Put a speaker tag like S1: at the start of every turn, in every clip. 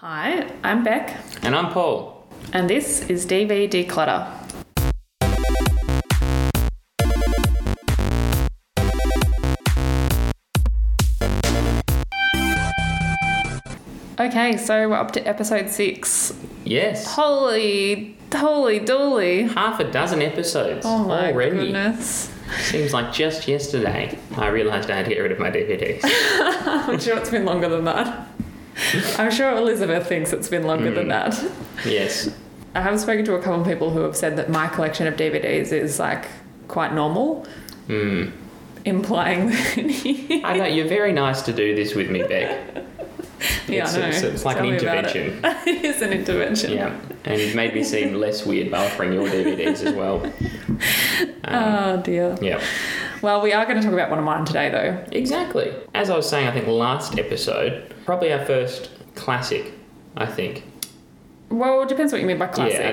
S1: Hi, I'm Beck,
S2: And I'm Paul.
S1: and this is DV Declutter. Okay, so we're up to episode six.
S2: Yes.
S1: Holy, holy dooly.
S2: Half a dozen episodes
S1: Oh my
S2: already.
S1: goodness.
S2: Seems like just yesterday I realised I had to get rid of my DVDs.
S1: I'm sure it's been longer than that. I'm sure Elizabeth thinks it's been longer than that.
S2: yes.
S1: I have spoken to a couple of people who have said that my collection of DVDs is like quite normal,
S2: Hmm.
S1: implying that
S2: I know you're very nice to do this with me, Beck.
S1: yeah,
S2: it's,
S1: I know.
S2: it's, it's like
S1: Tell
S2: an
S1: me about it.
S2: intervention.
S1: it is an intervention.
S2: Yeah, and you've made me seem less weird by offering your DVDs as well. Um,
S1: Oh dear.
S2: yeah,
S1: Well, we are going to talk about one of mine today, though.
S2: exactly. As I was saying, I think last episode, probably our first classic. I think.
S1: Well, it depends what you mean by classic.
S2: Yeah, I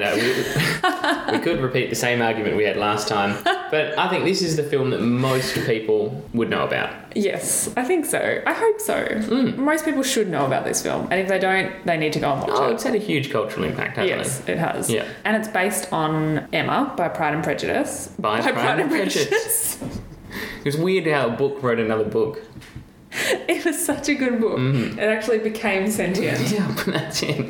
S2: know. We, we could repeat the same argument we had last time, but I think this is the film that most people would know about.
S1: Yes, I think so. I hope so.
S2: Mm.
S1: Most people should know about this film, and if they don't, they need to go and watch
S2: Oh,
S1: it.
S2: it's had a huge cultural impact, hasn't
S1: Yes, it has.
S2: Yeah.
S1: And it's based on Emma by Pride and Prejudice.
S2: By Pride and Prejudice. it? It was weird how a book wrote another book.
S1: It was such a good book.
S2: Mhm.
S1: It actually became sentient.
S2: Yeah, that's it.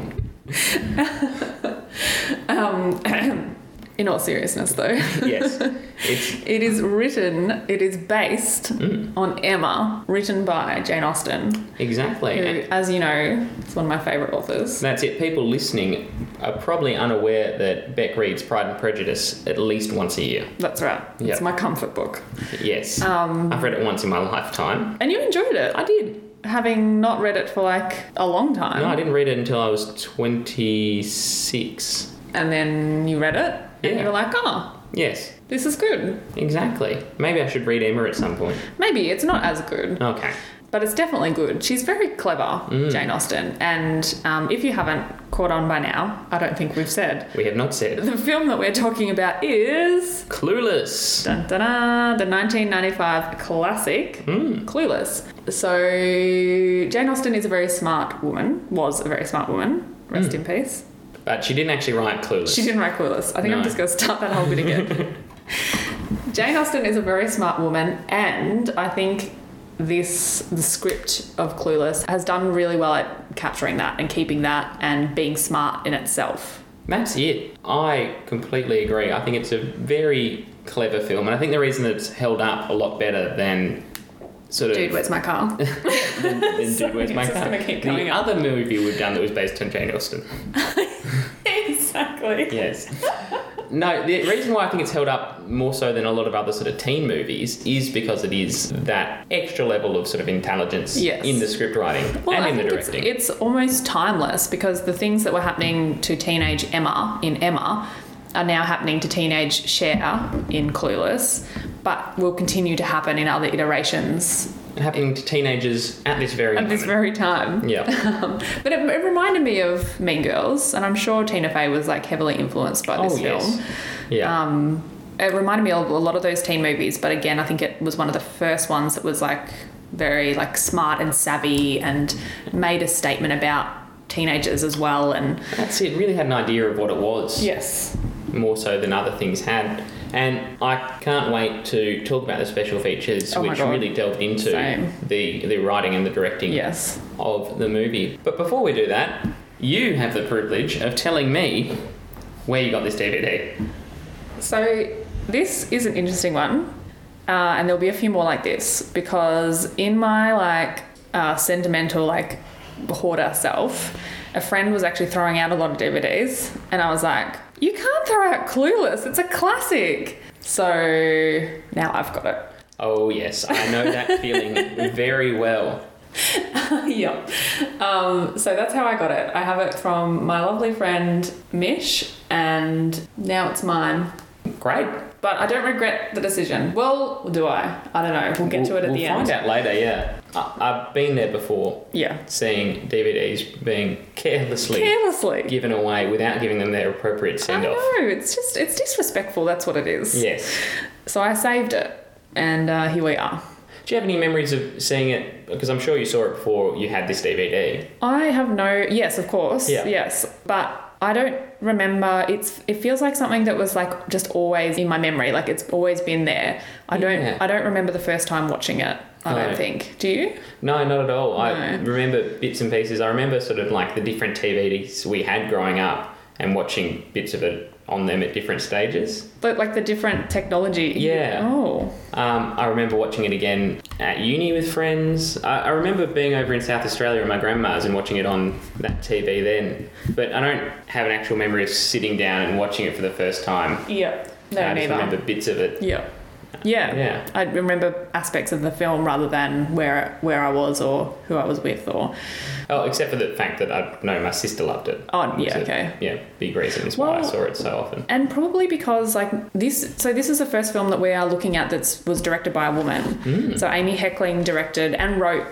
S1: Um, in all seriousness, though,
S2: Yes. It's,
S1: it is written, it is based
S2: Mm.
S1: on Emma, written by Jane Austen, who,
S2: exactly. And
S1: as you know, is one of my favourite authors.
S2: that's it. People listening are probably unaware that Beck reads Pride and Prejudice at least once a year.
S1: That's right.
S2: Yeah.
S1: It's my comfort book.
S2: Yes.
S1: Um,
S2: I've read it once in my lifetime.
S1: and you enjoyed it. I did. Having not read it for like a long time.
S2: No, I didn't read it until I was 26.
S1: And then you read it and
S2: Yeah.
S1: you were like, oh,
S2: Yes,
S1: this is good.
S2: exactly. Maybe I should read Emma at some point.
S1: Maybe it's not as good.
S2: Okay.
S1: But it's definitely good. She's very clever,
S2: Mm.
S1: Jane Austen. And um, if you haven't caught on by now, I don't think we've said,
S2: We have not said.
S1: the film that we're talking about is
S2: Clueless.
S1: dun, dun, dun, the 1995 classic
S2: Mm.
S1: Clueless. So Jane Austen is a very smart woman, was a very smart woman. Rest in peace.
S2: But she didn't actually write Clueless.
S1: She didn't write Clueless. I think I'm
S2: No.
S1: just going to start that whole bit again. Jane Austen is a very smart woman, and I think this the script of Clueless has done really well at capturing that and keeping that and being smart in itself.
S2: That's it. I completely agree. I think it's a very clever film, and I think the reason that it's held up a lot better than sort of
S1: Dude, where's my car?
S2: than, than Dude,
S1: Sorry,
S2: Where's My
S1: it's just
S2: Car?
S1: gonna keep
S2: the
S1: coming up.
S2: other movie we've done that was based on Jane Austen.
S1: exactly.
S2: Yes. No, the reason why I think it's held up more so than a lot of other sort of teen movies is because it is that extra level of sort of intelligence
S1: Yes.
S2: in the script writing
S1: Well,
S2: and
S1: I
S2: in the
S1: think it's,
S2: directing.
S1: it's almost timeless because the things that were happening to teenage Emma in Emma are now happening to teenage Cher in Clueless, but will continue to happen in other iterations
S2: happening to teenagers at this very
S1: at
S2: moment.
S1: this very time.
S2: yeah.
S1: Um, but it, it reminded me of Mean Girls, and I'm sure Tina Fey was like heavily influenced by this
S2: oh
S1: film.
S2: yes. Yeah.
S1: Um, it reminded me of a lot of those teen movies, but again, I think it was one of the first ones that was like very like smart and savvy and made a statement about teenagers as well. And
S2: That's it. Really had an idea of what it was.
S1: yes,
S2: more so than other things had. And I can't wait to talk about the special features,
S1: Oh my
S2: which
S1: God.
S2: really delved into
S1: Same.
S2: the the writing and the directing
S1: yes,
S2: of the movie. But before we do that, you have the privilege of telling me where you got this DVD.
S1: So this is an interesting one, uh, and there'll be a few more like this because in my like uh, sentimental like hoarder self, a friend was actually throwing out a lot of DVDs, and I was like, "You can't throw out Clueless. It's a classic." So now I've got it.
S2: Oh yes, I know that feeling very well.
S1: yeah. Um, so that's how I got it. I have it from my lovely friend Mish, and now it's mine.
S2: Great.
S1: But I don't regret the decision. Well, do I? I don't know. We'll get to it at
S2: we'll
S1: the
S2: We'll
S1: end.
S2: find out later. Yeah, I, I've been there before,
S1: Yeah.
S2: seeing DVDs being carelessly
S1: Carelessly.
S2: given away without giving them their appropriate
S1: I
S2: send off.
S1: know. It's just it's disrespectful. That's what it is.
S2: Yes.
S1: So I saved it, and uh, here we are.
S2: Do you have any memories of seeing it? Because I'm sure you saw it before you had this DVD.
S1: I have no. Yes, of course.
S2: Yeah.
S1: Yes, but I don't remember. It's. It feels like something that was like just always in my memory. Like it's always been there. I
S2: Yeah.
S1: don't. I don't remember the first time watching it. I
S2: No.
S1: don't think. Do you?
S2: No, not at all. I
S1: No.
S2: remember bits and pieces. I remember sort of like the different TVs we had growing up and watching bits of it on them at different stages.
S1: But like the different technology.
S2: Yeah.
S1: Oh.
S2: Um, I remember watching it again at uni with friends. I, I remember being over in South Australia at my grandma's and watching it on that TV then. But I don't have an actual memory of sitting down and watching it for the first time.
S1: Yeah. No,
S2: I just
S1: neither.
S2: remember bits of it.
S1: Yeah. Yeah.
S2: Yeah.
S1: I remember aspects of the film rather than where where I was or who I was with or
S2: Oh, except for the fact that I know my sister loved it.
S1: Oh, yeah,
S2: So,
S1: okay.
S2: Yeah, big reasons why I
S1: Well-
S2: saw it so often.
S1: and probably because like this so this is the first film that we are looking at that was directed by a woman so amy heckling directed and wrote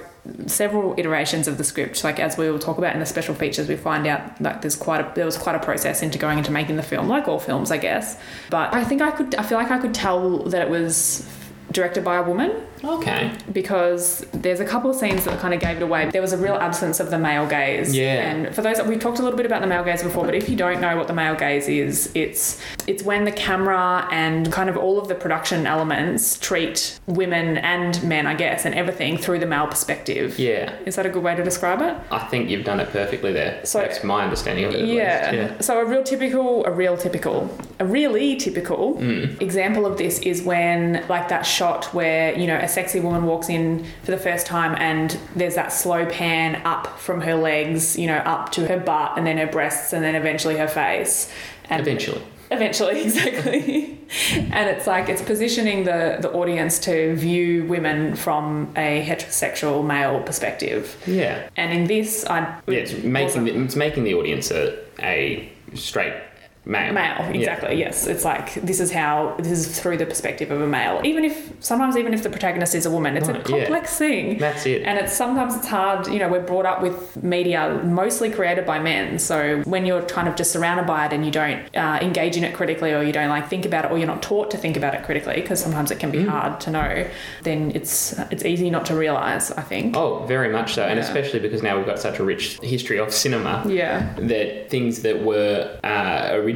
S1: several iterations of the script like as we will talk about in the special features we find out like there's quite a there was quite a process into going into making the film like all films i guess but i think i could i feel like i could tell that it was directed by a woman
S2: Okay.
S1: because there's a couple of scenes that kind of gave it away. There was a real absence of the male gaze.
S2: Yeah.
S1: And for those we talked a little bit about the male gaze before, but if you don't know what the male gaze is, it's it's when the camera and kind of all of the production elements treat women and men, I guess, and everything through the male perspective.
S2: Yeah.
S1: Is that a good way to describe it?
S2: I think you've done it perfectly there.
S1: So-
S2: That's my understanding of it. at
S1: yeah.
S2: least. yeah.
S1: So a real typical, a real typical, a really typical
S2: Hmm.
S1: example of this is when like that shot where you know a sexy woman walks in for the first time and there's that slow pan up from her legs, you know, up to her butt and then her breasts and then eventually her face. And
S2: Eventually.
S1: Eventually, exactly. and it's like it's positioning the, the audience to view women from a heterosexual male perspective.
S2: Yeah.
S1: And in this, I
S2: Yeah, it's making the, it's making the audience a, a straight male.
S1: male exactly yes it's like this is how this is through the perspective of a male even if sometimes even if the protagonist is a woman it's a
S2: Right, yeah.
S1: complex thing
S2: That's it.
S1: and it's sometimes it's hard you know we're brought up with media mostly created by men so when you're kind of just surrounded by it and you don't uh, engage in it critically or you don't like think about it or you're not taught to think about it critically because sometimes it can
S2: Mm.
S1: be hard to know then it's it's easy not to realize i think
S2: Oh, very much so. And
S1: Yeah.
S2: especially because now we've got such a rich history of cinema.
S1: yeah
S2: That things that were uh, originally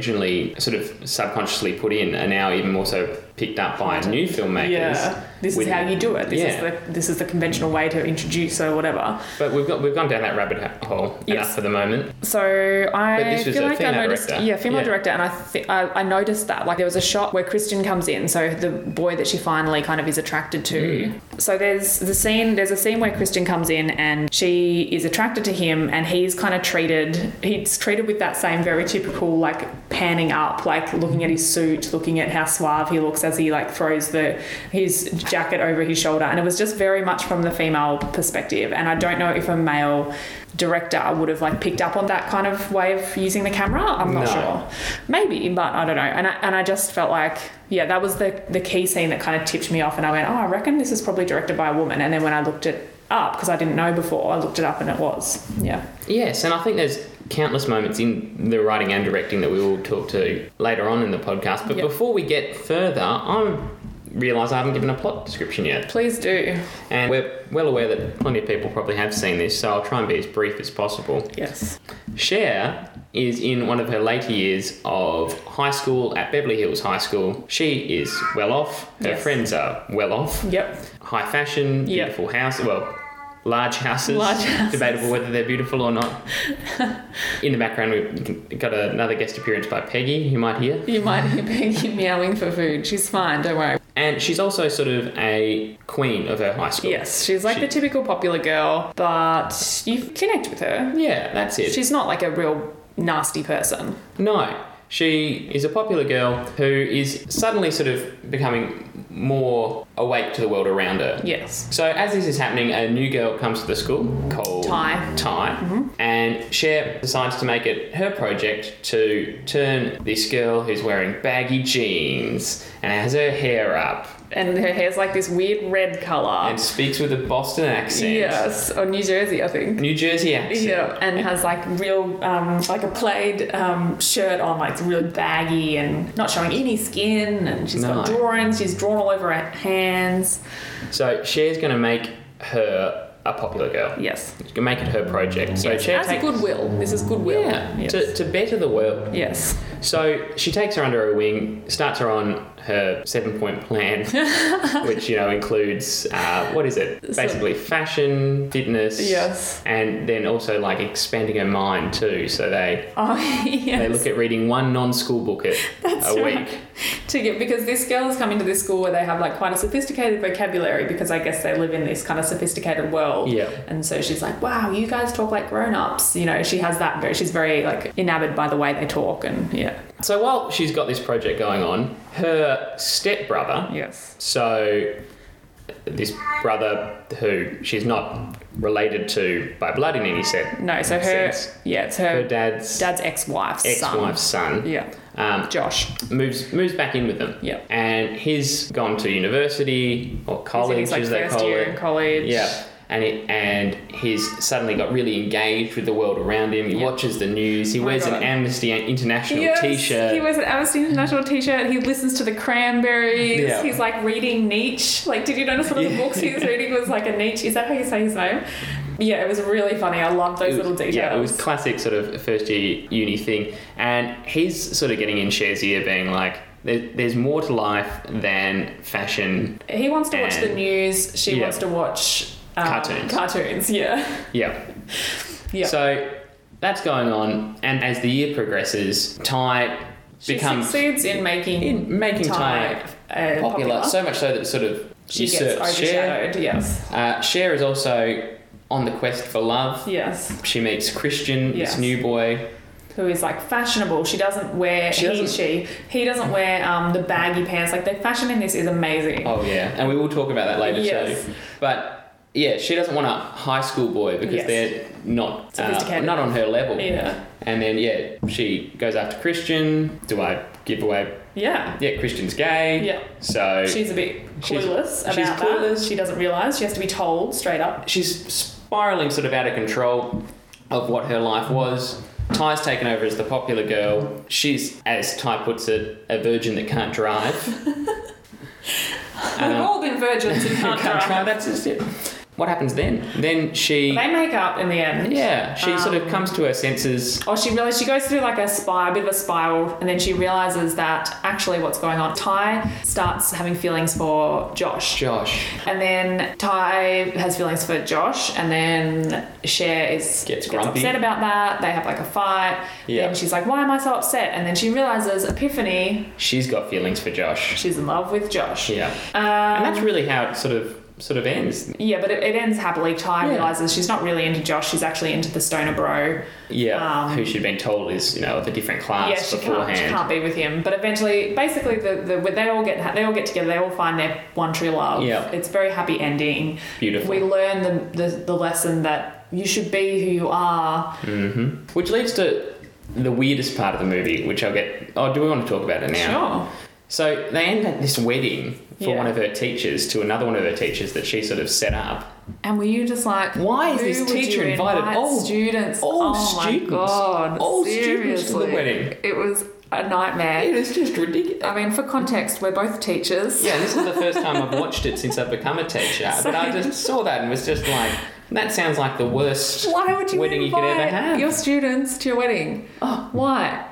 S2: sort of subconsciously put in are now even more so picked up by new filmmakers.
S1: yeah this is
S2: with-
S1: how you do it this
S2: Yeah.
S1: is the this is the conventional way to introduce or whatever
S2: But we've got we've gone down that rabbit ha- hole enough
S1: Yes.
S2: for the moment.
S1: So I
S2: But this was
S1: feel
S2: a
S1: like I
S2: female
S1: noticed,
S2: director.
S1: yeah, female
S2: Yeah.
S1: director, and I, th- I I noticed that like there was a shot where Christian comes in, so the boy that she finally kind of is attracted to. So there's the scene, there's a scene where Christian comes in and she is attracted to him, and he's kind of treated, he's treated with that same very typical like panning up, like looking at his suit, looking at how suave he looks as he like throws the his jacket over his shoulder, and it was just very much from the female perspective, and I don't know if a male director would have like picked up on that kind of way of using the camera. I'm not
S2: No.
S1: sure. Maybe, but I don't know. And I, and I just felt like, yeah, that was the, the key scene that kind of tipped me off. And I went, oh, I reckon this is probably directed by a woman. And then when I looked it up, because I didn't know before, I looked it up and it was. Yeah.
S2: Yes, and I think there's countless moments in the writing and directing that we will talk to later on in the podcast. But
S1: Yep.
S2: before we get further, I realise I haven't given a plot description yet.
S1: Please do.
S2: And we're well aware that plenty of people probably have seen this, so I'll try and be as brief as possible.
S1: Yes.
S2: Cher is in one of her later years of high school at Beverly Hills High School. She is well off, her
S1: Yes.
S2: friends are well off,
S1: Yep.
S2: high fashion,
S1: Yeah.
S2: beautiful house. Well, large houses.
S1: Large houses.
S2: Debatable whether they're beautiful or not. In the background, we've got another guest appearance by Peggy, you might hear.
S1: You might hear Peggy meowing for food. She's fine. Don't worry.
S2: And she's also sort of a queen of her high school.
S1: Yes. She's like
S2: She-
S1: the typical popular girl, but you connect with her.
S2: Yeah, that's it.
S1: She's not like a real nasty person.
S2: No, she is a popular girl who is suddenly sort of becoming more awake to the world around her.
S1: Yes.
S2: So as this is happening, a new girl comes to the school called
S1: Ty. Mm-hmm.
S2: Ty, and Cher decides to make it her project to turn this girl who's wearing baggy jeans and has her hair up
S1: and her hair's like this weird red color.
S2: and speaks with a Boston accent.
S1: yes, or New Jersey, I think.
S2: New Jersey accent.
S1: Yeah, and has like real, um, like a plaid um, shirt on, like it's really baggy and not showing any skin. And she's got
S2: No.
S1: drawings. She's drawn all over her hands.
S2: So Cher's going to make her a popular girl.
S1: Yes,
S2: She's gonna Make it her project. So Cher
S1: as a
S2: takes-
S1: goodwill. This is goodwill.
S2: Yeah,
S1: Yes.
S2: to, to better the world.
S1: yes.
S2: So she takes her under her wing, starts her on her seven point plan, which, you know, includes uh, what is it?
S1: So-
S2: Basically, fashion, fitness.
S1: Yes.
S2: And then also, like, expanding her mind, too. So they,
S1: Oh,
S2: they
S1: yes.
S2: look at reading one non school book at
S1: That's
S2: a week.
S1: right. To get because this girl is coming to this school where they have like quite a sophisticated vocabulary because I guess they live in this kind of sophisticated world.
S2: Yeah.
S1: And so she's like, "Wow, you guys talk like grown-ups." You know, she has that. Very, she's very like enamored by the way they talk, and yeah.
S2: So while she's got this project going on, her stepbrother,
S1: Yes.
S2: so this brother who she's not related to by blood in any sense,
S1: No. So her.
S2: Sense.
S1: Yeah. It's her,
S2: her dad's
S1: dad's ex-wife's son.
S2: ex-wife's son.
S1: Yeah.
S2: Um,
S1: Josh.
S2: moves moves back in with them.
S1: Yep.
S2: And he's gone to university or
S1: He's in
S2: college,
S1: his, like
S2: as they
S1: first
S2: call
S1: year in
S2: it.
S1: college.
S2: Yeah. And he, and he's suddenly got really engaged with the world around him. He
S1: Yep.
S2: watches the news. He
S1: Oh my
S2: wears
S1: God.
S2: an Amnesty International
S1: Yes,
S2: T-shirt.
S1: He wears an Amnesty International T-shirt. He listens to the Cranberries.
S2: Yeah.
S1: He's like reading Nietzsche. Like, did you notice one of the
S2: Yeah.
S1: books he was reading was like a Nietzsche? Is that how you say his name? Yeah, it was really funny. I love those
S2: It was-
S1: little details.
S2: Yeah, it was classic sort of first year uni thing. And he's sort of getting in Cher's ear, being like, there, "There's more to life than fashion."
S1: he wants to watch the
S2: And-
S1: news. She
S2: Yeah.
S1: wants to watch um,
S2: Cartoons.
S1: Cartoons, yeah.
S2: Yeah.
S1: Yeah.
S2: So that's going on, and as the year progresses, Ty
S1: she
S2: becomes
S1: succeeds in making
S2: in making Ty,
S1: Thai, uh,
S2: popular, so much so that it sort of
S1: she gets
S2: usurps Cher.
S1: overshadowed. Yes,
S2: Uh, Cher is also on the quest for love.
S1: yes.
S2: She meets Christian,
S1: Yes.
S2: this new boy.
S1: who is like fashionable. She doesn't wear he
S2: She doesn't-
S1: she he doesn't wear um, the baggy pants. Like the fashion in this is amazing.
S2: Oh yeah, and we will talk about that later
S1: Yes.
S2: too. But yeah, she doesn't want a high school boy because
S1: Yes.
S2: they're not uh,
S1: Sophisticated.
S2: not on her level.
S1: Yeah.
S2: And then yeah, she goes after Christian. Do I give away?
S1: Yeah.
S2: Yeah, Christian's gay.
S1: Yeah.
S2: So
S1: She's a bit
S2: She's-
S1: clueless about
S2: she's
S1: that.
S2: clueless.
S1: She doesn't realise. She has to be told straight up.
S2: she's spiraling sort of out of control of what her life was. Ty's taken over as the popular girl. She's, as Ty puts it, a virgin that can't drive. Um,
S1: We've all been virgins who can't
S2: Can't
S1: drive.
S2: drive, that's just it. What happens then? Then she,
S1: They make up in the end.
S2: yeah, she sort of
S1: Um,
S2: comes to her senses.
S1: Or she realizes she goes through like a spiral, a bit of a spiral, and then she realizes that actually what's going on. Ty starts having feelings for Josh.
S2: Josh
S1: And then Ty has feelings for Josh, and then Cher is
S2: Gets grumpy.
S1: upset about that. They have like a fight.
S2: Yeah.
S1: And she's like, "Why am I so upset?" And then she realizes epiphany.
S2: she's got feelings for Josh.
S1: She's in love with Josh.
S2: Yeah,
S1: Um,
S2: and that's really how it sort of sort of ends.
S1: yeah, but it, it ends happily. Ty
S2: Yeah.
S1: realizes she's not really into Josh. She's actually into the stoner bro.
S2: Yeah,
S1: Um,
S2: who she'd been told is you know of a different class
S1: yeah, she
S2: beforehand.
S1: can't, she can't be with him. But eventually, basically, the, the they all get they all get together. They all find their one true love.
S2: Yeah.
S1: it's a very happy ending.
S2: Beautiful.
S1: We learn the, the the lesson that you should be who you are.
S2: Which leads to the weirdest part of the movie, which I'll get. Oh, do we want to talk about it now?
S1: Sure.
S2: So they end at this wedding for
S1: Yeah.
S2: one of her teachers to another one of her teachers that she sort of set up.
S1: And were you just like,
S2: Why is
S1: who
S2: this
S1: would
S2: teacher
S1: you
S2: invited
S1: invite
S2: all-
S1: students?
S2: all
S1: oh
S2: students?
S1: my god!
S2: All
S1: seriously.
S2: students to the wedding.
S1: It was a nightmare.
S2: It is just ridiculous.
S1: I mean, for context, we're both teachers.
S2: yeah, this is the first time I've watched it since I've become a teacher. But I
S1: Same.
S2: just saw that and was just like, that sounds like the worst
S1: Why would you
S2: wedding you
S1: invite
S2: could ever have.
S1: your students to your wedding?
S2: Oh.
S1: Why?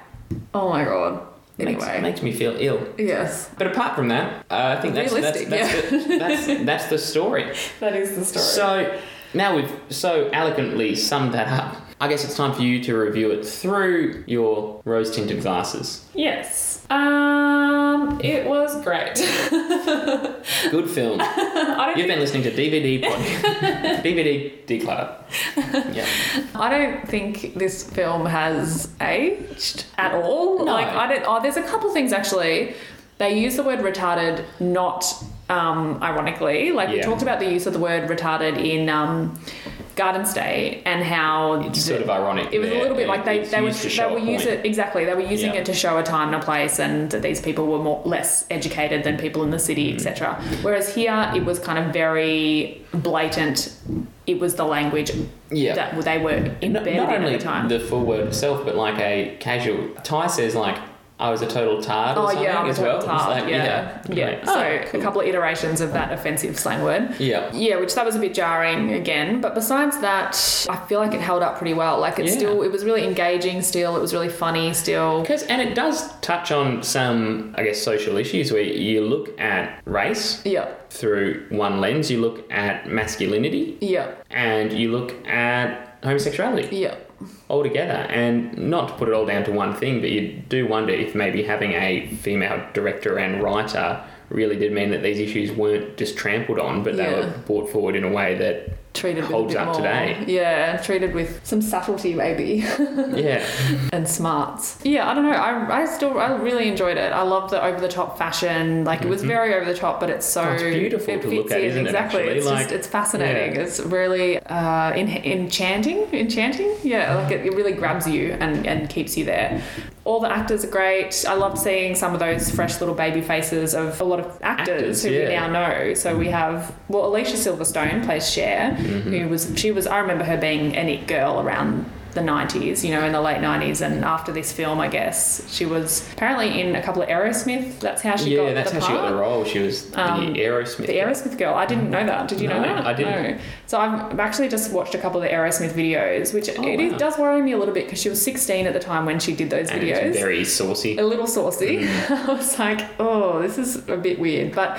S1: Oh my god.
S2: Makes-
S1: Anyway,
S2: makes me feel ill.
S1: yes,
S2: But apart from that, uh, I think that's that's,
S1: Realistic,
S2: that's, the, that's that's the story.
S1: that is the story.
S2: So now we've so eloquently summed that up. I guess it's time for you to review it through your rose tinted glasses.
S1: yes, um, it was great. I
S2: Good film.
S1: don't
S2: You've been listening to DVD podcast. DVD declutter. Yeah.
S1: I don't think this film has aged at all.
S2: No.
S1: Like I don't. Oh, there's a couple things actually. They use the word retarded not um, ironically. Like we
S2: Yeah.
S1: talked about the use of the word retarded in um, Garden State and how
S2: It's sort of ironic
S1: It was
S2: that
S1: a little bit like they
S2: it's
S1: they were
S2: used to
S1: they
S2: show
S1: were
S2: a
S1: use
S2: point.
S1: it exactly they were using
S2: Yeah.
S1: it to show a time and a place and that these people were more less educated than people in the
S2: Hmm.
S1: city etc. Whereas here it was kind of very blatant. It was the language
S2: Yeah.
S1: that they were embedded
S2: not, not
S1: in
S2: only
S1: at the time.
S2: full word itself, but like a casual. Ty says like, "I was a total tard." Or
S1: Oh
S2: something
S1: yeah, I was
S2: as
S1: all
S2: well. It's
S1: tarred,
S2: like,
S1: yeah, yeah.
S2: Like,
S1: so
S2: oh, cool.
S1: a couple of iterations of that offensive slang word.
S2: Yeah.
S1: Yeah, which that was a bit jarring again. But besides that, I feel like it held up pretty well. Like it
S2: Yeah.
S1: still, it was really engaging. Still, it was really funny. Still,
S2: Because and it does touch on some, I guess, social issues where you look at race
S1: yeah,
S2: through one lens, you look at masculinity,
S1: yeah,
S2: and you look at homosexuality
S1: yeah,
S2: altogether. And not to put it all down to one thing, but you do wonder if maybe having a female director and writer really did mean that these issues weren't just trampled on, but they
S1: Yeah.
S2: were brought forward in a way that
S1: treated with
S2: Holds
S1: a bit
S2: up
S1: more,
S2: today.
S1: Yeah, treated with some subtlety maybe
S2: yeah,
S1: and smarts. Yeah, I don't know. I, I still I really enjoyed it. I love the over the top fashion. Like it was very over the top, but it's so
S2: Oh, Mm-hmm. it's beautiful
S1: it
S2: to
S1: fits
S2: look at,
S1: in.
S2: isn't it,
S1: exactly.
S2: actually?
S1: It's
S2: Like,
S1: just it's fascinating.
S2: yeah.
S1: It's really uh, en- enchanting, enchanting. Yeah, like it, it really grabs you and and keeps you there. All the actors are great. I loved seeing some of those fresh little baby faces of a lot of actors,
S2: Actors,
S1: who
S2: yeah.
S1: we now know. So
S2: Mm-hmm.
S1: we have well, Alicia Silverstone plays Cher, who was she was I remember her being an it girl around the 90s, you know, in the late 90s, and after this film, I guess she was apparently in a couple of Aerosmith. That's how she
S2: yeah.
S1: got
S2: That's
S1: the
S2: how she
S1: part.
S2: got the role. She was
S1: Um,
S2: the Aerosmith.
S1: The Aerosmith girl. I didn't know that. Did you know
S2: No,
S1: that?
S2: I didn't.
S1: No. So I've I've actually just watched a couple of the Aerosmith videos, which
S2: Oh,
S1: it is-
S2: wow.
S1: does worry me a little bit because she was 16 at the time when she did those
S2: and
S1: videos
S2: it's very Mm-hmm. saucy.
S1: a little saucy. I was like, oh, this is a bit weird, but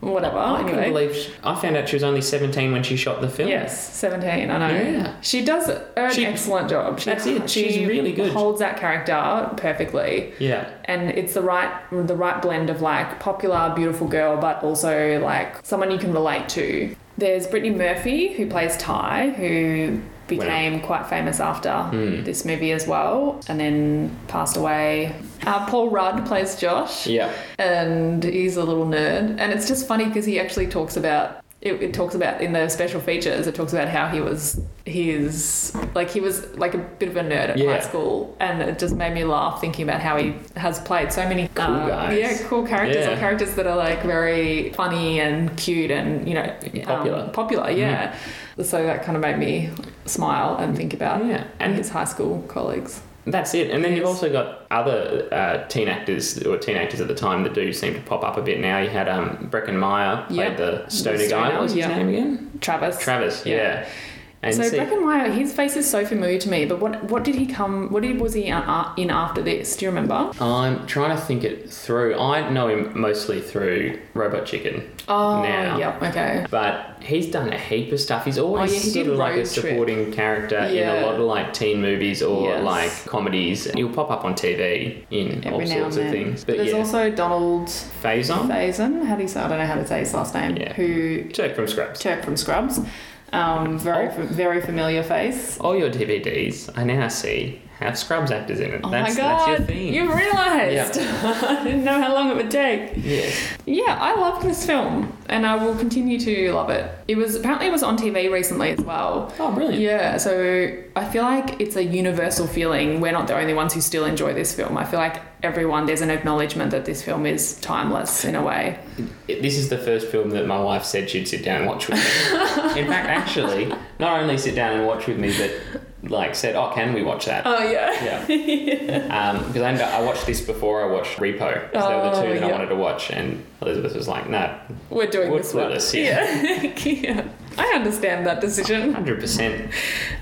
S1: whatever.
S2: I
S1: anyway.
S2: can believe. She, I found out she was only 17 when she shot the film.
S1: Yes, 17, I know.
S2: Yeah.
S1: She does an
S2: She-
S1: excellent job. She,
S2: That's it,
S1: she
S2: she's really good.
S1: holds that character perfectly.
S2: Yeah.
S1: And it's the right the right blend of like popular, beautiful girl, but also like someone you can relate to. There's Brittany Murphy, who plays Ty, who became quite famous after
S2: Hmm.
S1: this movie as well, and then passed away. Uh, Paul Rudd plays Josh
S2: Yeah.
S1: and he's a little nerd. And it's just funny because he actually talks about it, it. Talks about in the special features. It talks about how he was his like he was like a bit of a nerd at
S2: Yeah.
S1: high school, and it just made me laugh thinking about how he has played so many cool
S2: guys.
S1: yeah, cool characters
S2: Yeah.
S1: or characters that are like very funny and cute and you know
S2: Popular. Mm-hmm.
S1: um, popular, yeah. So that kind of made me smile and think about
S2: Yeah.
S1: and
S2: And
S1: his high school colleagues.
S2: that's it. And then you've
S1: Yes.
S2: also got other uh, teen actors or teen actors at the time that do seem to pop up a bit now. You had um, Brecken Meyer played
S1: Yeah.
S2: the stoner,
S1: The
S2: guy.
S1: stoner,
S2: What was his
S1: yeah.
S2: name again?
S1: Travis.
S2: Travis. Yeah.
S1: Yeah.
S2: And
S1: so
S2: see-
S1: Breckenmeyer, his face is so familiar to me. But what what did he come? What did was he a- a- in after this? Do you remember?
S2: I'm trying to think it through. I know him mostly through Robot Chicken.
S1: Oh,
S2: Now.
S1: yeah. Okay.
S2: But he's done a heap of stuff. He's always
S1: Oh, yeah, he
S2: sort
S1: did
S2: of like
S1: Road
S2: a
S1: Trip.
S2: supporting character in
S1: Yeah.
S2: a lot of like teen movies or
S1: Yes.
S2: like comedies. He'll pop up on TV in all
S1: Every now and
S2: sorts of
S1: then.
S2: things.
S1: But
S2: But
S1: There's
S2: yeah,
S1: also Donald
S2: Faison,
S1: Faison. How do you say? I don't know how to say his last name.
S2: Yeah.
S1: Who
S2: Turk from Scraps.
S1: Turk from Scrubs. Um, very
S2: Oh.
S1: very familiar face.
S2: All your DVDs I now see have Scrubs actors in it.
S1: Oh
S2: that's,
S1: my god!
S2: that's your thing.
S1: You've realised. I didn't know how long it would take.
S2: Yes.
S1: Yeah, I loved this film, and I will continue to love it. It was apparently it was on TV recently as well.
S2: Oh, brilliant.
S1: Yeah, so I feel like it's a universal feeling. We're not the only ones who still enjoy this film. I feel like everyone, there's an acknowledgement that this film is timeless in a way.
S2: It- This is the first film that my wife said she'd sit down and watch with me. in fact, actually, not only sit down and watch with me, but like said, oh, can we watch that?
S1: Oh, yeah.
S2: Yeah. Because Um, I ended up, I watched this before I watched Repo. So they were the
S1: Oh,
S2: two that I
S1: yeah.
S2: wanted to watch, and Elizabeth was like, "No,
S1: We're doing
S2: We're
S1: this one.
S2: clueless,
S1: Yeah. Yeah. I understand that decision.
S2: hundred percent."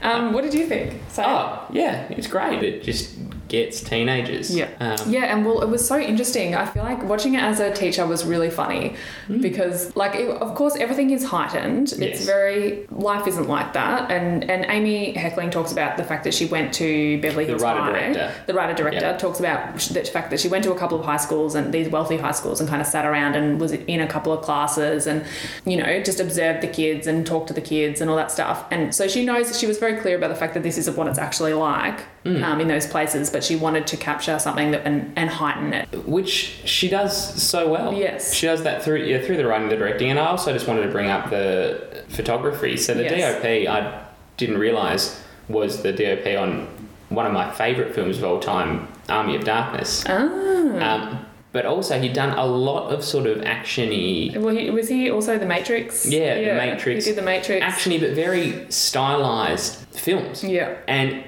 S1: Um, what did you think? Say it.
S2: Oh, yeah, it's great. It just gets teenagers.
S1: Yeah.
S2: Um,
S1: Yeah, and well, it was so interesting. I feel like watching it as a teacher was really funny because, like, it, of course, everything is heightened.
S2: Hmm. Yes.
S1: It's very life isn't like that. And and Amy Heckling talks about the fact that she went to Beverly
S2: The
S1: Hills High.
S2: writer-director.
S1: The writer director
S2: Yeah.
S1: talks about sh- the fact that she went to a couple of high schools and these wealthy high schools and kind of sat around and was in a couple of classes and you know just observed the kids and talked to the kids and all that stuff. And so she knows she was very clear about the fact that this isn't what it's actually like
S2: Mm.
S1: um, in those places, but she wanted to capture something that and, and heighten it.
S2: Which she does so well.
S1: Yes.
S2: She does that through yeah, through the writing, the directing, and I also just wanted to bring up the photography. So the
S1: Yes.
S2: DOP, I didn't realize was the DOP on one of my favorite films of all time, Army of Darkness.
S1: Ah.
S2: Um, but also, he'd done a lot of sort of actiony,
S1: Well, he, was he also The Matrix?
S2: Yeah, The Matrix.
S1: He did The Matrix.
S2: actiony but very stylized films.
S1: Yeah.
S2: And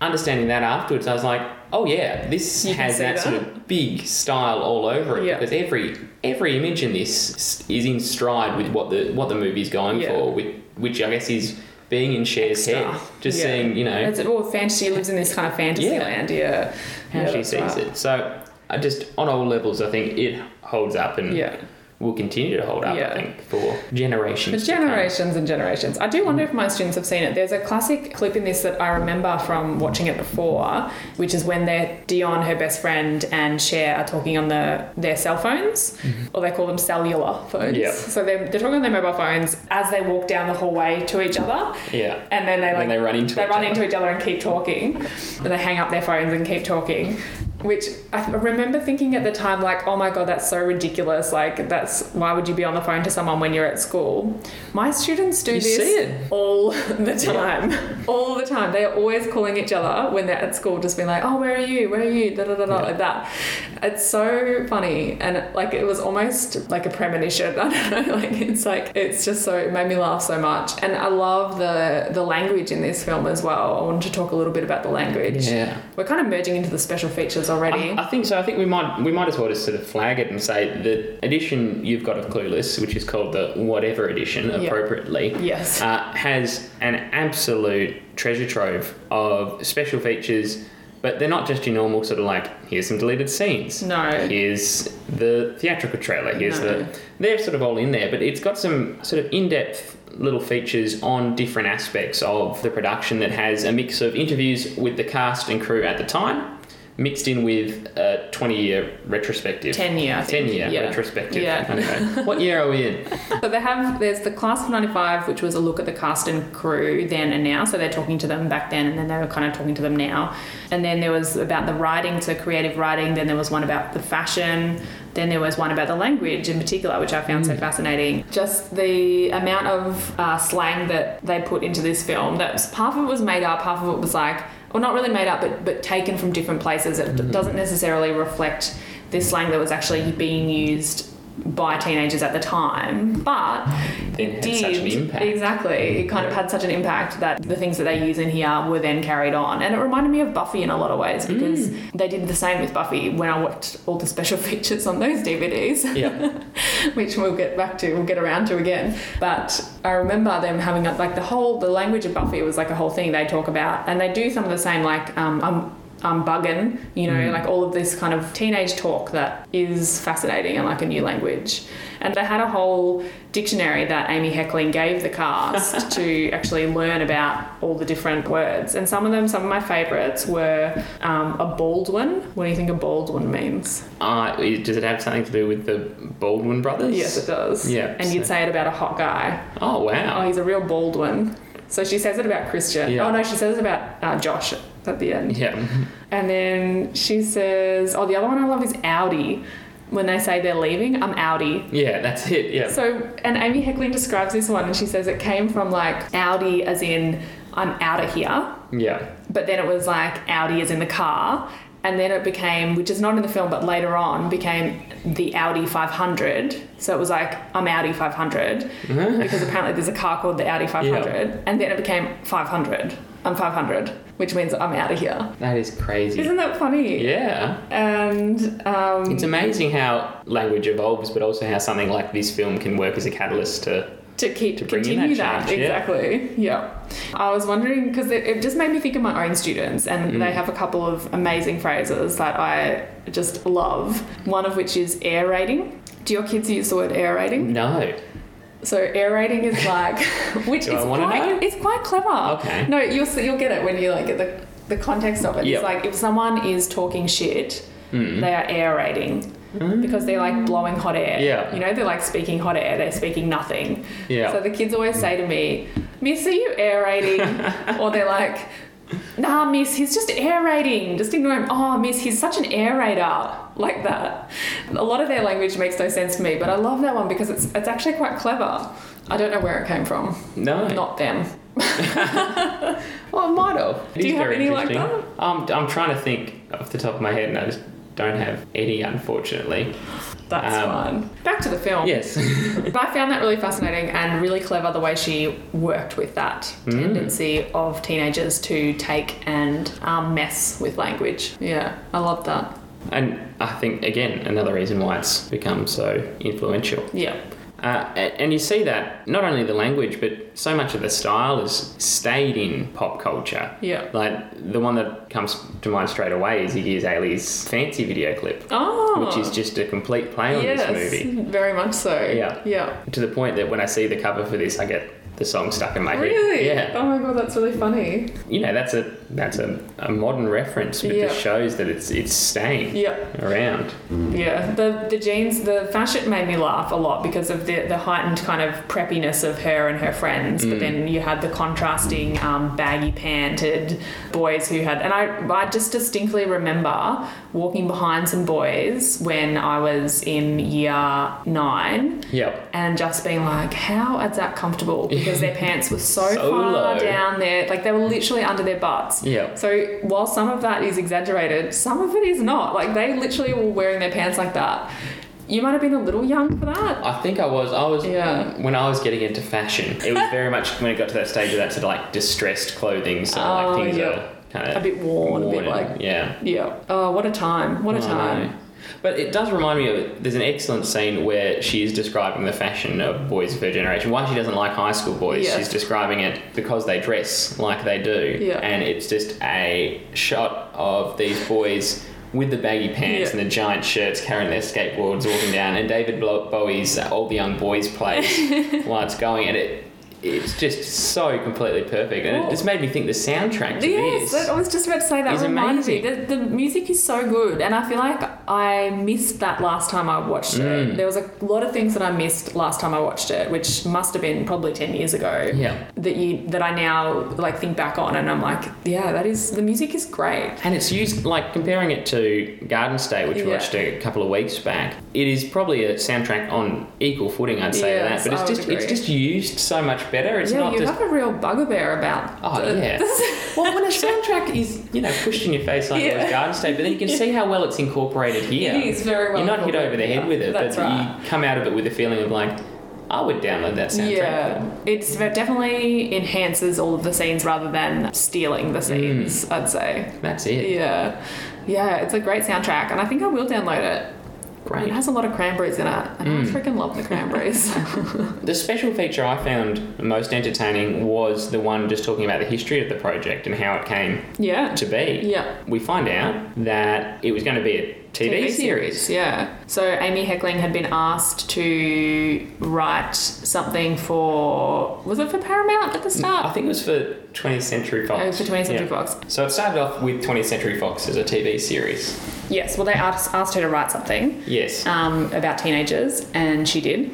S2: understanding that afterwards, I was like, oh yeah, this
S1: You can
S2: has
S1: see
S2: that, sort
S1: that.
S2: of big style all over it
S1: Yeah.
S2: because every every image in this s- is in stride with what the what the movie's going
S1: Yeah.
S2: for, with, which I guess is being in Cher's
S1: Extra.
S2: head, just
S1: Yeah.
S2: seeing you know
S1: That's it. Well, fantasy lives in this kind of fantasy
S2: Yeah.
S1: land. Yeah.
S2: how
S1: Yeah,
S2: she
S1: that's
S2: sees
S1: right.
S2: it. So I just on all levels, I think it holds up and
S1: Yeah.
S2: will continue to hold up.
S1: Yeah.
S2: I think for generations.
S1: There's
S2: to come.
S1: generations and generations. I do wonder if my students have seen it. There's a classic clip in this that I remember from watching it before, which is when they're Dion, her best friend, and Cher are talking on the their cell phones, or they call them cellular phones.
S2: Yeah.
S1: So they're, they're talking on their mobile phones as they walk down the hallway to each other,
S2: Yeah.
S1: and then they
S2: And
S1: like
S2: then they run into
S1: they
S2: each
S1: run
S2: other.
S1: into each other and keep talking, and they hang up their phones and keep talking. Which I th- remember thinking at the time, like, oh my god, that's so ridiculous. Like, that's why would you be on the phone to someone when you're at school? My students do
S2: You
S1: this
S2: see it.
S1: all the time, all the time. They are always calling each other when they're at school, just being like, oh, where are you? Where are you? Da da da da,
S2: Yeah.
S1: like that. It's so funny, and like it was almost like a premonition. I don't know. Like it's like it's just so it made me laugh so much, and I love the the language in this film as well. I wanted to talk a little bit about the language.
S2: Yeah.
S1: We're kind of merging into the special features already.
S2: I, I think so. I think we might we might as well just sort of flag it and say the edition you've got of Clueless, which is called the whatever edition,
S1: Yeah.
S2: appropriately,
S1: yes.
S2: uh, has an absolute treasure trove of special features. But they're not just your normal sort of like here's some deleted scenes.
S1: No.
S2: Here's the theatrical trailer. Here's
S1: No.
S2: the they're sort of all in there, but it's got some sort of in-depth little features on different aspects of the production that has a mix of interviews with the cast and crew at the time, mixed in with a 20-year retrospective.
S1: Ten year. I think.
S2: 10-year
S1: Yeah.
S2: retrospective.
S1: Yeah.
S2: I don't know. what year are we in?
S1: So they have there's the class of '95, which was a look at the cast and crew then and now. So they're talking to them back then, and then they were kind of talking to them now. And then there was about the writing, so creative writing. Then there was one about the fashion. Then there was one about the language in particular, which I found so fascinating. Just the amount of uh, slang that they put into this film. That was, half of it was made up, half of it was like, well, not really made up, but but taken from different places. It d- doesn't necessarily reflect the slang that was actually being used by teenagers at the time, but
S2: Then
S1: it
S2: had
S1: did
S2: such an impact.
S1: exactly. It kind of had such an impact that the things that they use in here were then carried on, and it reminded me of Buffy in a lot of ways because
S2: Mm.
S1: they did the same with Buffy when I watched all the special features on those DVDs
S2: Yeah.
S1: which we'll get back to, we'll get around to again. But I remember them having like the whole, the language of Buffy was like a whole thing they talk about, and they do some of the same like um, I'm I'm bugging, you know, like all of this kind of teenage talk that is fascinating and like a new language. And they had a whole dictionary that Amy Heckling gave the cast to actually learn about all the different words. And some of them, some of my favourites were um, a Baldwin. What do you think a Baldwin means?
S2: Uh, does it have something to do with the Baldwin brothers?
S1: Yes, it does.
S2: Yeah,
S1: And you'd
S2: so-
S1: say it about a hot guy.
S2: Oh
S1: Oh,
S2: wow.
S1: he's a real bald one. So she says it about Christian.
S2: Yeah.
S1: Oh, no, she says it about uh, Josh at the end.
S2: Yeah.
S1: And then she says, oh, the other one I love is Audi. When they say they're leaving, I'm Audi.
S2: Yeah. That's it. Yeah.
S1: So, and Amy Heckling describes this one and she says it came from like Audi as in I'm out of here,
S2: yeah.
S1: but then it was like Audi as in the car. And then it became, which is not in the film, but later on became the Audi 500. So it was like, I'm Audi 500 because apparently there's a car called the Audi 500, and then it became 500. I'm 500, which means I'm out of here.
S2: That is crazy.
S1: Isn't that funny?
S2: yeah.
S1: And um,
S2: It's amazing how language evolves, but also how something like this film can work as a catalyst to.
S1: to keep
S2: To bring in
S1: continue
S2: that
S1: that,
S2: change, yeah.
S1: exactly. Yeah. I was wondering because it, it just made me think of my own students, and
S2: Mm.
S1: they have a couple of amazing phrases that I just love. One of which is aerating. Do your kids use the word aerating?
S2: No.
S1: So aerating is like, which
S2: Do I
S1: is
S2: wanna
S1: quite,
S2: know?
S1: it's quite clever.
S2: Okay.
S1: No, you'll see, you'll get it when you like get the, the context of it.
S2: Yep. Mm.
S1: It's like if someone is talking shit, they are aerating because they're like blowing hot air.
S2: Yeah.
S1: You know, they're like speaking hot air. They're speaking nothing.
S2: Yeah.
S1: So the kids always say to me, "Miss, are you aerating?" or they're like. Nah, miss, he's just aerating. Just ignore him. Oh, miss, he's such an aerator. Like that. A lot of their language makes no sense to me, but I love that one because it's, it's actually quite clever. I don't know where it came from.
S2: No.
S1: Not them.
S2: Well, it might have. It
S1: Do
S2: is
S1: you have
S2: very
S1: any like
S2: interesting. Um, I'm trying to think off the top of my head, and I just don't have any, unfortunately.
S1: That's
S2: Um,
S1: fine. Back to the film.
S2: Yes.
S1: But I found that really fascinating and really clever the way she worked with that
S2: Mm.
S1: tendency of teenagers to take and um, mess with language. Yeah, I love that.
S2: and I think, again, another reason why it's become so influential.
S1: Yeah.
S2: Uh, a- and you see that not only the language, but so much of the style has stayed in pop culture.
S1: Yeah.
S2: Like the one that comes to mind straight away is Iggy Azalea's fancy video clip,
S1: Oh.
S2: which is just a complete play on
S1: yes,
S2: this movie.
S1: Very much so.
S2: Yeah.
S1: Yeah.
S2: To the point that when I see the cover for this, I get the song stuck in my head.
S1: Really?
S2: Yeah.
S1: Oh my god, that's really funny.
S2: You know, that's a that's a, a modern reference, but
S1: Yeah.
S2: just shows that it's it's staying
S1: Yeah.
S2: around.
S1: Yeah, the the jeans, the fashion made me laugh a lot because of the the heightened kind of preppiness of her and her friends.
S2: Mm.
S1: But then you had the contrasting um, baggy panted boys who had, and I I just distinctly remember walking behind some boys when I was in year nine.
S2: Yep.
S1: And just being like, how is that comfortable? Because their pants were so,
S2: So
S1: far
S2: low.
S1: down there, like they were literally under their butts.
S2: Yep.
S1: So while some of that is exaggerated, some of it is not. Like they literally were wearing their pants like that. You might have been a little young for that.
S2: I think I was. I was.
S1: Yeah.
S2: When I was getting into fashion, it was very much when it got to that stage of that sort of like distressed clothing, so
S1: Oh,
S2: like things
S1: yeah.
S2: are kind of
S1: A bit worn, a bit like-
S2: yeah.
S1: Yeah. Oh, what a time. What a
S2: I know.
S1: time.
S2: But it does remind me of there's an excellent scene where she is describing the fashion of boys of her generation. Why she doesn't like high school boys,
S1: Yeah.
S2: she's describing it because they dress like they do.
S1: Yeah.
S2: And it's just a shot of these boys with the baggy pants
S1: Yeah.
S2: and the giant shirts carrying their skateboards walking down and David Blo- Bowie's uh, All the Young Boys plays while it's going and it it's just so completely perfect and
S1: Well-
S2: it just made me think the soundtrack to
S1: Yes,
S2: this
S1: that, I was just about to say that
S2: It's
S1: reminded me.
S2: amazing.
S1: The, the music is so good, and I feel like I missed that last time I watched
S2: Mm.
S1: it. There was a lot of things that I missed last time I watched it, which must have been probably ten years ago.
S2: yeah
S1: That you that I now like think back on, and I'm like, yeah, that is the music is great.
S2: And it's used, like, comparing it to Garden State, which we
S1: Yeah.
S2: watched a couple of weeks back, it is probably a soundtrack on equal footing, I'd say, to
S1: Yes,
S2: that.
S1: I
S2: But
S1: would
S2: it's just, it's
S1: agree.
S2: just used so much better. It's
S1: yeah,
S2: not
S1: you
S2: just.
S1: have a real bugbear about.
S2: Oh,
S1: the-
S2: yeah. well, when a soundtrack is, you know, pushed in your face like it
S1: Yeah.
S2: was Garden State, but then you can see how well it's incorporated here.
S1: It is very well
S2: You're not hit over the
S1: incorporated
S2: head
S1: here.
S2: with it,
S1: That's
S2: but
S1: right.
S2: you come out of it with a feeling of, like, I would download that soundtrack.
S1: Yeah, it's it definitely enhances all of the scenes rather than stealing
S2: Mm.
S1: the scenes. I'd say.
S2: That's it.
S1: Yeah, yeah, it's a great soundtrack, and I think I will download it. It
S2: Great.
S1: has a lot of cranberries in it, and
S2: Mm.
S1: I freaking love the cranberries.
S2: The special feature I found most entertaining was the one just talking about the history of the project and how it came
S1: yeah,
S2: to be.
S1: Yeah.
S2: We find out that it was going to be a TV, series.
S1: Yeah. So Amy Heckling had been asked to write something for was it for Paramount at the start?
S2: I think it was for 20th Century Fox.
S1: It was Oh, for 20th Century
S2: Yeah.
S1: Fox.
S2: So it started off with 20th Century Fox as a TV series.
S1: Yes. Well, they asked, asked her to write something.
S2: Yes.
S1: um, about teenagers, and she did.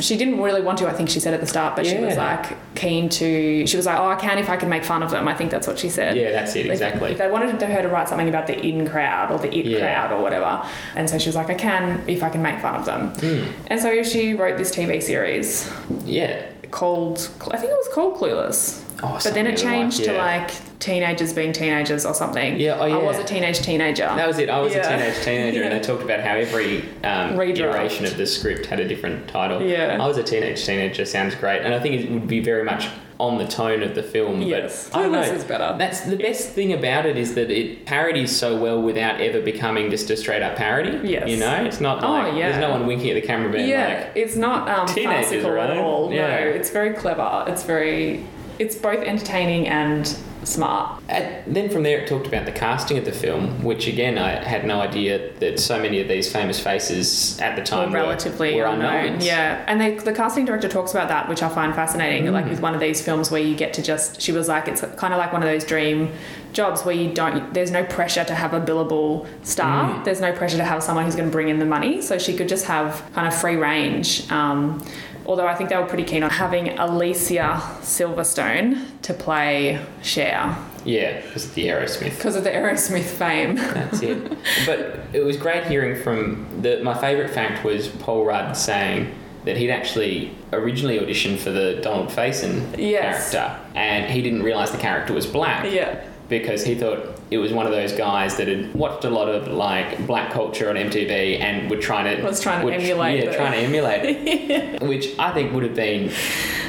S1: She didn't really want to, I think she said at the start, but she was
S2: Mm. Yeah.
S1: like keen to. She was like, "Oh, I can if I can make fun of them." I think that's what she said.
S2: yeah, that's it,
S1: Like,
S2: exactly.
S1: They wanted to- her to write something about the in crowd or the it
S2: Yeah.
S1: crowd or whatever, and so she was like, "I can if I can make fun of them."
S2: Hmm.
S1: And so she wrote this TV series
S2: yeah.
S1: called, I think it was called Clueless, but
S2: Oh,
S1: then
S2: something
S1: it
S2: like-
S1: changed to
S2: yeah.
S1: like teenagers being teenagers or something.
S2: Yeah, oh,
S1: I
S2: yeah.
S1: was a teenage teenager.
S2: That was it. I was
S1: Yeah.
S2: a teenage teenager, and they talked about how every um,
S1: Redraft.
S2: iteration of the script had a different title.
S1: Yeah.
S2: I was a teenage teenager sounds great, and I think it would be very much on the tone of the film.
S1: Yes.
S2: but I don't know.
S1: Clueless is better.
S2: That's the best thing about it is that it parodies so well without ever becoming just a straight up parody.
S1: Yes.
S2: you know, it's not
S1: Oh,
S2: like
S1: yeah.
S2: there's no one winking at the camera being
S1: Yeah,
S2: like,
S1: it's not um,
S2: Teenagers,
S1: farcical at
S2: right?
S1: all. No,
S2: Yeah.
S1: it's very clever. It's very, it's both entertaining and smart.
S2: And "Uh," then from there, it talked about the casting of the film, which again, I had no idea that so many of these famous faces at the time
S1: Or
S2: were
S1: relatively
S2: were
S1: unknown.
S2: unknowns.
S1: Yeah, and they, the casting director talks about that, which I find fascinating.
S2: Mm.
S1: Like with one of these films where you get to just, she was like, it's kind of like one of those dream jobs where you don't, there's no pressure to have a billable star.
S2: Mm.
S1: There's no pressure to have someone who's going to bring in the money. So she could just have kind of free range. Um, although I think they were pretty keen on having Alicia Silverstone to play Cher.
S2: yeah, because of the Aerosmith.
S1: because of the Aerosmith fame.
S2: That's it. but it was great hearing from the. My favourite fact was Paul Rudd saying that he'd actually originally auditioned for the Donald Faison
S1: Yes.
S2: character, and he didn't realise the character was black
S1: Yeah.
S2: because he thought it was one of those guys that had watched a lot of like black culture on MTV and were trying to
S1: Was trying to
S2: were-
S1: emulate
S2: yeah,
S1: the-
S2: trying to emulate, it. which I think would have been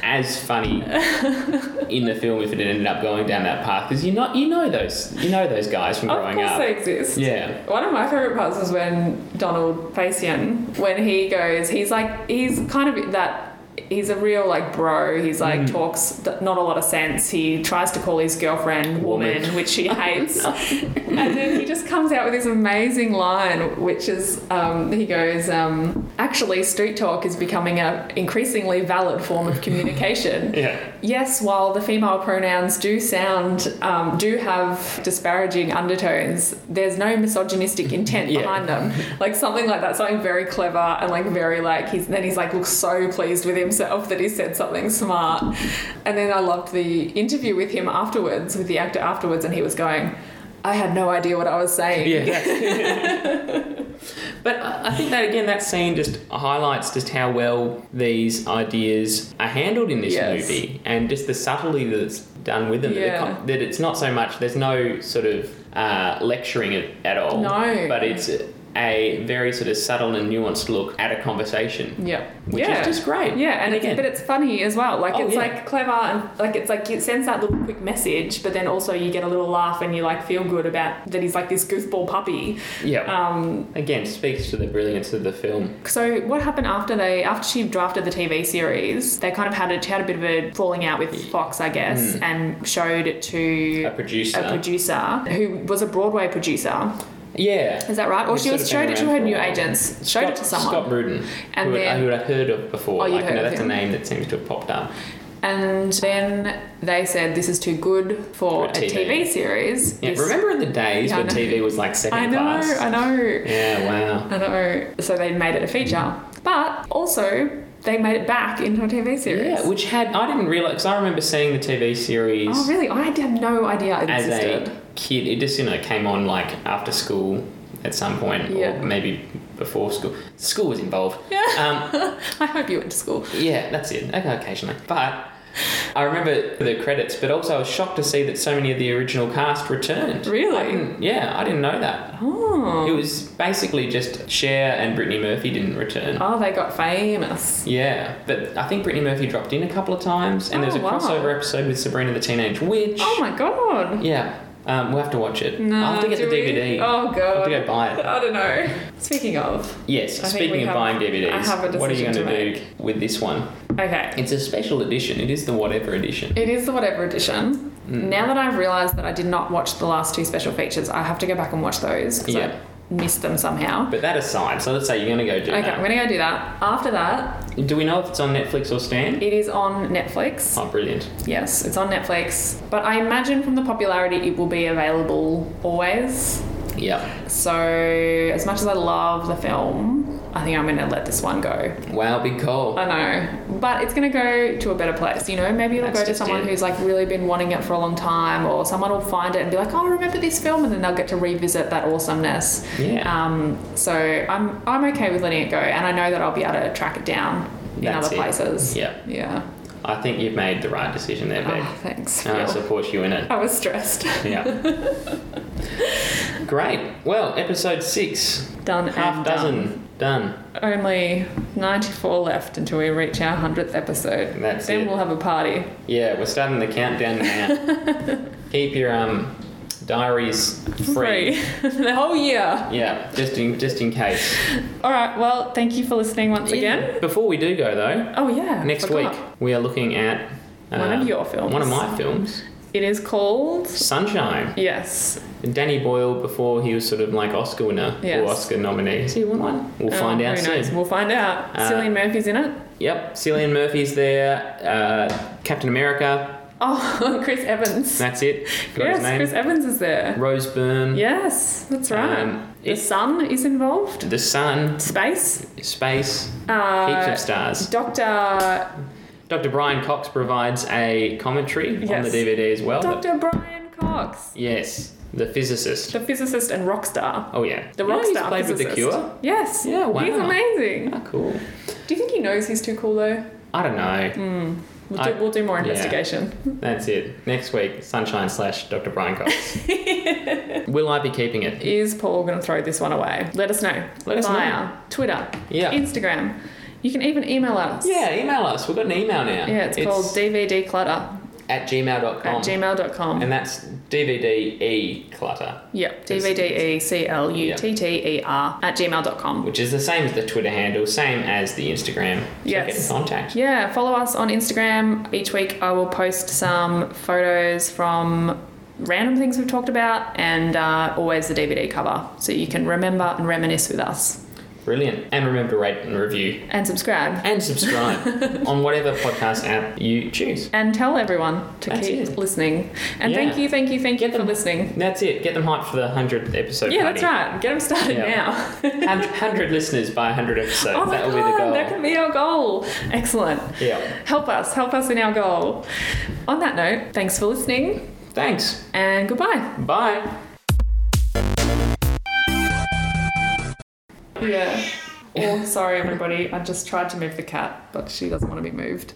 S2: as funny in the film if it had ended up going down that path because you not you know those you know those guys from
S1: Of
S2: growing
S1: course
S2: up.
S1: they exist.
S2: yeah,
S1: One of my favorite parts was when Donald Facian, when he goes, he's like, he's kind of that. He's a real like bro. He's like talks th- not a lot of sense. He tries to call his girlfriend woman,
S2: Woman.
S1: which she hates, and then he just comes out with this amazing line, which is um, he goes, um, "Actually, street talk is becoming an increasingly valid form of communication."
S2: yeah,
S1: Yes, while the female pronouns do sound, um, do have disparaging undertones, there's no misogynistic intent
S2: Yeah.
S1: behind them. Like something like that, something very clever and like very like, he's, then he's like, looks so pleased with himself that he said something smart. And then I loved the interview with him afterwards, with the actor afterwards, and he was going, I had no idea what I was saying.
S2: yeah. that's- But I I think that again, that scene just highlights just how well these ideas are handled in this
S1: Yes.
S2: movie, and just the subtlety that's done with them. that the
S1: Yeah.
S2: com- That it's not so much. There's no sort of uh, lecturing at, at all.
S1: No.
S2: But it's a very sort of subtle and nuanced look at a conversation,
S1: Yeah.
S2: which
S1: yeah.
S2: is just great.
S1: Yeah, and, it's, but it's funny as well. Like
S2: Oh,
S1: it's
S2: yeah.
S1: like clever and like it's like it sends that little quick message, but then also you get a little laugh and you like feel good about that he's like this goofball puppy.
S2: yeah.
S1: Um,
S2: again, speaks to the brilliance of the film.
S1: so what happened after they after she drafted the TV series? They kind of had a she had a bit of a falling out with Fox, I guess, and showed it to
S2: Hmm. A producer.
S1: a producer who was a Broadway producer.
S2: yeah.
S1: Is that right? Or
S2: He's
S1: she
S2: sort
S1: was
S2: of been
S1: showed it to
S2: around
S1: her
S2: for a
S1: new
S2: while.
S1: agents, showed
S2: Scott,
S1: it to someone.
S2: Scott Rudin,
S1: And
S2: who,
S1: then-
S2: I, who I'd heard of before.
S1: Oh, you'd
S2: like, you
S1: heard
S2: know,
S1: of
S2: that's
S1: him.
S2: a name that seems to have popped up.
S1: And then they said this is too good for
S2: For a
S1: a
S2: TV.
S1: TV series.
S2: Yeah,
S1: This-
S2: remember in the days
S1: Yeah, I
S2: when
S1: know.
S2: TV was like second
S1: I know,
S2: class?
S1: I know,
S2: Yeah, wow.
S1: I know. So they made it a feature, but also they made it back into a TV series.
S2: Yeah, which had I didn't realize because I remember seeing the TV series
S1: oh really? I had no idea it
S2: as
S1: existed.
S2: a kid. It just you know came on like after school at some point,
S1: Yeah.
S2: or maybe before school. School was involved.
S1: Yeah.
S2: Um,
S1: I hope you went to school.
S2: yeah, that's it. Okay, occasionally, but. I remember the credits, but also I was shocked to see that so many of the original cast returned.
S1: Really?
S2: I didn't, yeah, I didn't know that. It
S1: Oh.
S2: was basically just Cher and Brittany Murphy didn't return.
S1: Oh, they got famous.
S2: Yeah, but I think Brittany Murphy dropped in a couple of times, and there's
S1: Oh,
S2: a
S1: wow.
S2: crossover episode with Sabrina the Teenage Witch.
S1: Oh my god.
S2: Yeah, um, we'll have to watch it.
S1: No,
S2: I'll have to get the
S1: do we-
S2: DVD.
S1: Oh
S2: I'll have
S1: god.
S2: to go buy it.
S1: I don't know. Speaking of,
S2: Yes,
S1: I think we
S2: speaking of
S1: have-
S2: buying DVDs,
S1: I have a
S2: what are you
S1: decision to
S2: going to do with this one?
S1: okay.
S2: It's a special edition. It is the whatever edition.
S1: It is the whatever edition.
S2: Mm.
S1: Now that I've realised that I did not watch the last two special features, I have to go back and watch those because
S2: Yeah.
S1: I missed them somehow.
S2: But that aside, so let's say you're going to go do
S1: Okay, I'm gonna go do that. After that,
S2: that. Do we know if it's on Netflix or Stan?
S1: it is on Netflix.
S2: Oh, brilliant.
S1: Yes, it's on Netflix. But I imagine from the popularity, it will be available always.
S2: Yeah.
S1: So, as much as I love the film, I think I'm gonna let this one go.
S2: Wow, big call.
S1: I know, but it's gonna go to a better place. You know, maybe it'll
S2: That's
S1: go to
S2: just
S1: someone
S2: it.
S1: who's like really been wanting it for a long time, or someone will find it and be like, "Oh, remember this film," and then they'll get to revisit that awesomeness.
S2: Yeah.
S1: Um. So I'm I'm okay with letting it go, and I know that I'll be able to track it down in
S2: That's
S1: other
S2: it.
S1: places.
S2: Yeah.
S1: Yeah.
S2: I think you've made the right decision there, babe.
S1: Ah, thanks.
S2: and I
S1: Phil.
S2: support you in it.
S1: I was stressed.
S2: Yeah. Great. Well, episode six.
S1: Done.
S2: Half
S1: and
S2: dozen done.
S1: done. Only 94 left until we reach our 100th episode.
S2: That's
S1: then
S2: it.
S1: we'll have a party.
S2: Yeah, we're starting the countdown now. Keep your um, diaries free.
S1: the whole year.
S2: Yeah, just in just in case.
S1: All right. Well, thank you for listening once again.
S2: Before we do go though,
S1: Oh yeah.
S2: next
S1: forgot.
S2: week we are looking at um,
S1: One of your films.
S2: One of my films,
S1: It is called.
S2: Sunshine.
S1: Yes.
S2: Danny Boyle before he was sort of like Oscar winner
S1: Yes.
S2: or Oscar nominee. Has he won one? We'll find
S1: Oh,
S2: out
S1: who knows?
S2: soon.
S1: We'll find out.
S2: Uh,
S1: Cillian Murphy's in it.
S2: Yep, Cillian Murphy's there. Uh, Captain America.
S1: Oh, Chris Evans.
S2: That's it. Got
S1: yes,
S2: his name.
S1: Chris Evans is there.
S2: Rose Byrne.
S1: Yes, that's right.
S2: Um,
S1: the
S2: it-
S1: sun is involved.
S2: The Sun.
S1: Space.
S2: Space. Heaps
S1: Uh,
S2: of stars.
S1: Doctor
S2: Dr. Brian Cox provides a commentary on the
S1: Yes.
S2: DVD as well.
S1: Doctor Brian Cox,
S2: Yes, the physicist.
S1: the physicist and rock star.
S2: Oh yeah.
S1: The
S2: You know
S1: rock
S2: he's
S1: star
S2: played with the
S1: physicist.
S2: Cure.
S1: Yes.
S2: Yeah,
S1: He's
S2: wow.
S1: amazing.
S2: Ah, cool.
S1: Do you think he knows he's too cool though.
S2: I don't know.
S1: Hmm. We'll do,
S2: I-
S1: we'll do more
S2: yeah.
S1: investigation.
S2: That's it. Next week, Sunshine slash Dr. Brian Cox. Will I be keeping it?
S1: Is Paul going to throw this one away? Let us know.
S2: Let us
S1: Via Twitter,
S2: Yeah.
S1: Instagram. You can even email us.
S2: Yeah, email us. We've got an email now.
S1: Yeah, it's, called DVD Clutter
S2: at gmail.com.
S1: at gmail.com.
S2: And that's DVD E clutter,
S1: Yep, E D-V-D-E-C-L-U-T-T-E-R E at gmail.com.
S2: which is the same as the Twitter handle, same as the Instagram. So get
S1: Yes.
S2: in contact.
S1: Yeah, follow us on Instagram. Each week I will post some photos from random things we've talked about and uh, always the DVD cover so you can remember and reminisce with us.
S2: Brilliant. And remember to rate and review
S1: And subscribe.
S2: and subscribe on whatever podcast app you choose.
S1: And tell everyone to
S2: That's
S1: keep
S2: it.
S1: listening. And
S2: Yeah.
S1: thank you, thank you, thank you for listening.
S2: That's it. Get them hyped for the 100th episode.
S1: Yeah, that's right. Get them started
S2: Yeah.
S1: now.
S2: right. 100 listeners by 100 episodes.
S1: oh my
S2: that will
S1: god,
S2: be the goal.
S1: that can be our goal. Excellent.
S2: Yeah.
S1: Help us, help us in our goal. On that note, thanks for listening
S2: Thanks.
S1: and goodbye.
S2: Bye.
S1: Yeah. Oh, sorry, everybody. I just tried to move the cat, but she doesn't want to be moved.